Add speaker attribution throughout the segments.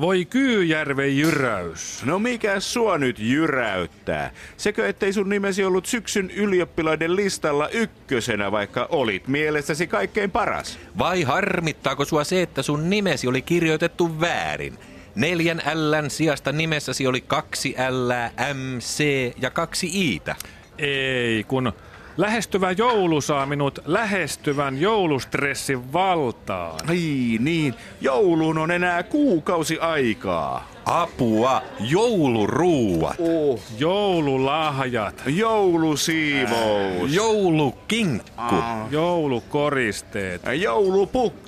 Speaker 1: Voi Kyyjärven jyräys.
Speaker 2: No mikä sua nyt jyräyttää? Sekö ettei sun nimesi ollut syksyn ylioppilaiden listalla ykkösenä, vaikka olit mielestäsi kaikkein paras?
Speaker 3: Vai harmittaako sua se, että sun nimesi oli kirjoitettu väärin? Neljän Ln sijasta nimessäsi oli kaksi L, M, C ja kaksi Iitä.
Speaker 1: Ei, kun lähestyvä joulu saa minut lähestyvän joulustressin valtaan.
Speaker 2: Ai niin, jouluun on enää kuukausi aikaa.
Speaker 3: Apua, jouluruuat,
Speaker 2: Oh.
Speaker 1: Joululahjat,
Speaker 2: Joulusiivous.
Speaker 3: joulukinkku,
Speaker 1: joulukoristeet,
Speaker 2: Joulupukki.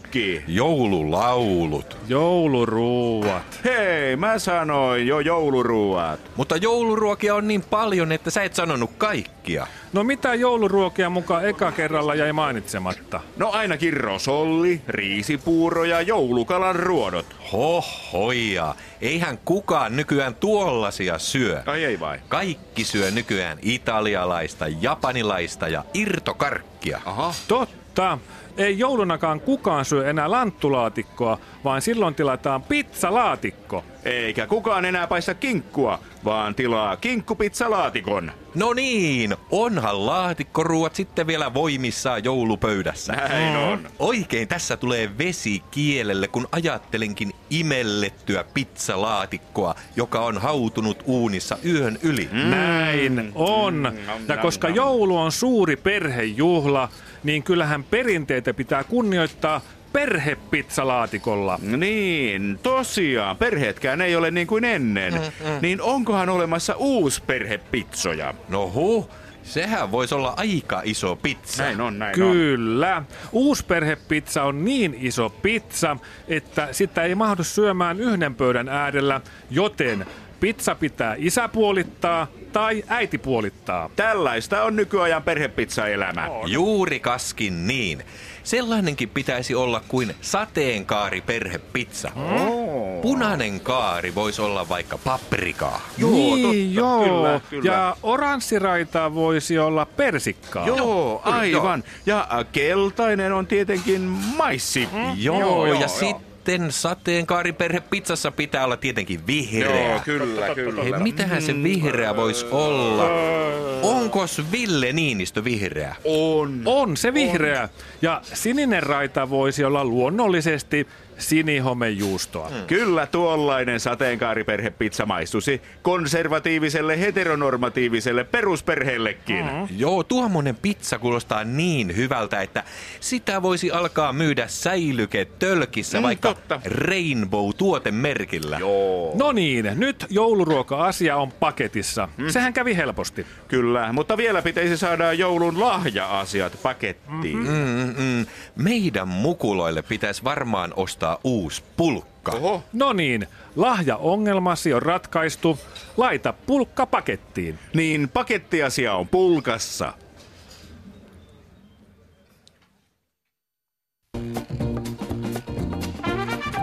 Speaker 3: joululaulut.
Speaker 1: jouluruuat.
Speaker 2: Hei, mä sanoin jo jouluruuat.
Speaker 3: Mutta jouluruokia on niin paljon, että sä et sanonut kaikkia.
Speaker 1: No mitä jouluruokia mukaan eka kerralla jäi mainitsematta?
Speaker 2: No ainakin rosolli, riisipuuro ja joulukalan ruodot.
Speaker 3: Hohoja, eihän kukaan nykyään tuollaisia syö.
Speaker 2: Ai ei vai?
Speaker 3: Kaikki syö nykyään italialaista, japanilaista ja irtokarkkia.
Speaker 2: Aha.
Speaker 1: Totta. Ei joulunakaan kukaan syö enää lanttulaatikkoa, vaan silloin tilataan pizzalaatikko.
Speaker 2: Eikä kukaan enää paista kinkkua, vaan tilaa kinkkupizzalaatikon.
Speaker 3: No niin, onhan laatikkoruuat sitten vielä voimissaan joulupöydässä.
Speaker 2: Näin on.
Speaker 3: Oikein tässä tulee vesi kielelle, kun ajattelenkin imellettyä pizzalaatikkoa, joka on hautunut uunissa yön yli.
Speaker 2: Mm.
Speaker 1: Mm. Näin on. Ja koska joulu on suuri perhejuhla, niin kyllähän perinteitä pitää kunnioittaa perhepizzalaatikolla.
Speaker 2: Niin, tosiaan, perheetkään ei ole niin kuin ennen. Niin onkohan olemassa uusi perhepitsoja?
Speaker 3: No huh, sehän voisi olla aika iso pizza.
Speaker 2: Näin on, näin on.
Speaker 1: Kyllä. Uusperhepizza on niin iso pizza, että sitä ei mahdu syömään yhden pöydän äärellä, joten pizza pitää isä puolittaa tai äiti puolittaa.
Speaker 2: Tällaista on nykyajan perhepizzaelämä.
Speaker 3: Juuri kaskin niin. Sellainenkin pitäisi olla kuin sateenkaari perhepizza.
Speaker 2: Mm. Oh.
Speaker 3: Punainen kaari voisi olla vaikka paprikaa.
Speaker 2: Joo,
Speaker 1: niin,
Speaker 2: totta,
Speaker 1: joo.
Speaker 2: kyllä, kyllä.
Speaker 1: Ja oranssiraita voisi olla persikkaa.
Speaker 2: Joo,
Speaker 3: Joo, kyllä,
Speaker 2: aivan. Ja ä, keltainen on tietenkin maissi.
Speaker 3: Mm-hmm. Joo, ja sitten sateenkaari perhepizzassa pitää olla tietenkin vihreä.
Speaker 2: kyllä, Mm. kyllä.
Speaker 3: Hei, mitähän se vihreä voisi olla? Onkos Ville Niinistö vihreä?
Speaker 2: On.
Speaker 1: On se vihreä. Ja sininen raita voisi olla luonnollisesti sinihomejuustoa.
Speaker 2: Kyllä tuollainen sateenkaariperhepizza maistusi konservatiiviselle heteronormatiiviselle perusperheellekin.
Speaker 3: Joo, tuommoinen pizza kuulostaa niin hyvältä, että sitä voisi alkaa myydä säilyke tölkissä
Speaker 2: Mm,
Speaker 3: vaikka
Speaker 2: totta.
Speaker 3: Rainbow-tuotemerkillä.
Speaker 1: No niin, nyt jouluruoka-asia on paketissa. Sehän kävi helposti.
Speaker 2: Kyllä, mutta vielä pitäisi saada joulun lahja-asiat pakettiin.
Speaker 3: Mm-mm. Meidän mukuloille pitäisi varmaan ostaa uusi pulkka.
Speaker 2: Oho.
Speaker 1: No niin, lahjaongelmasi on ratkaistu. Laita pulkka pakettiin.
Speaker 2: Niin pakettiasia on pulkassa.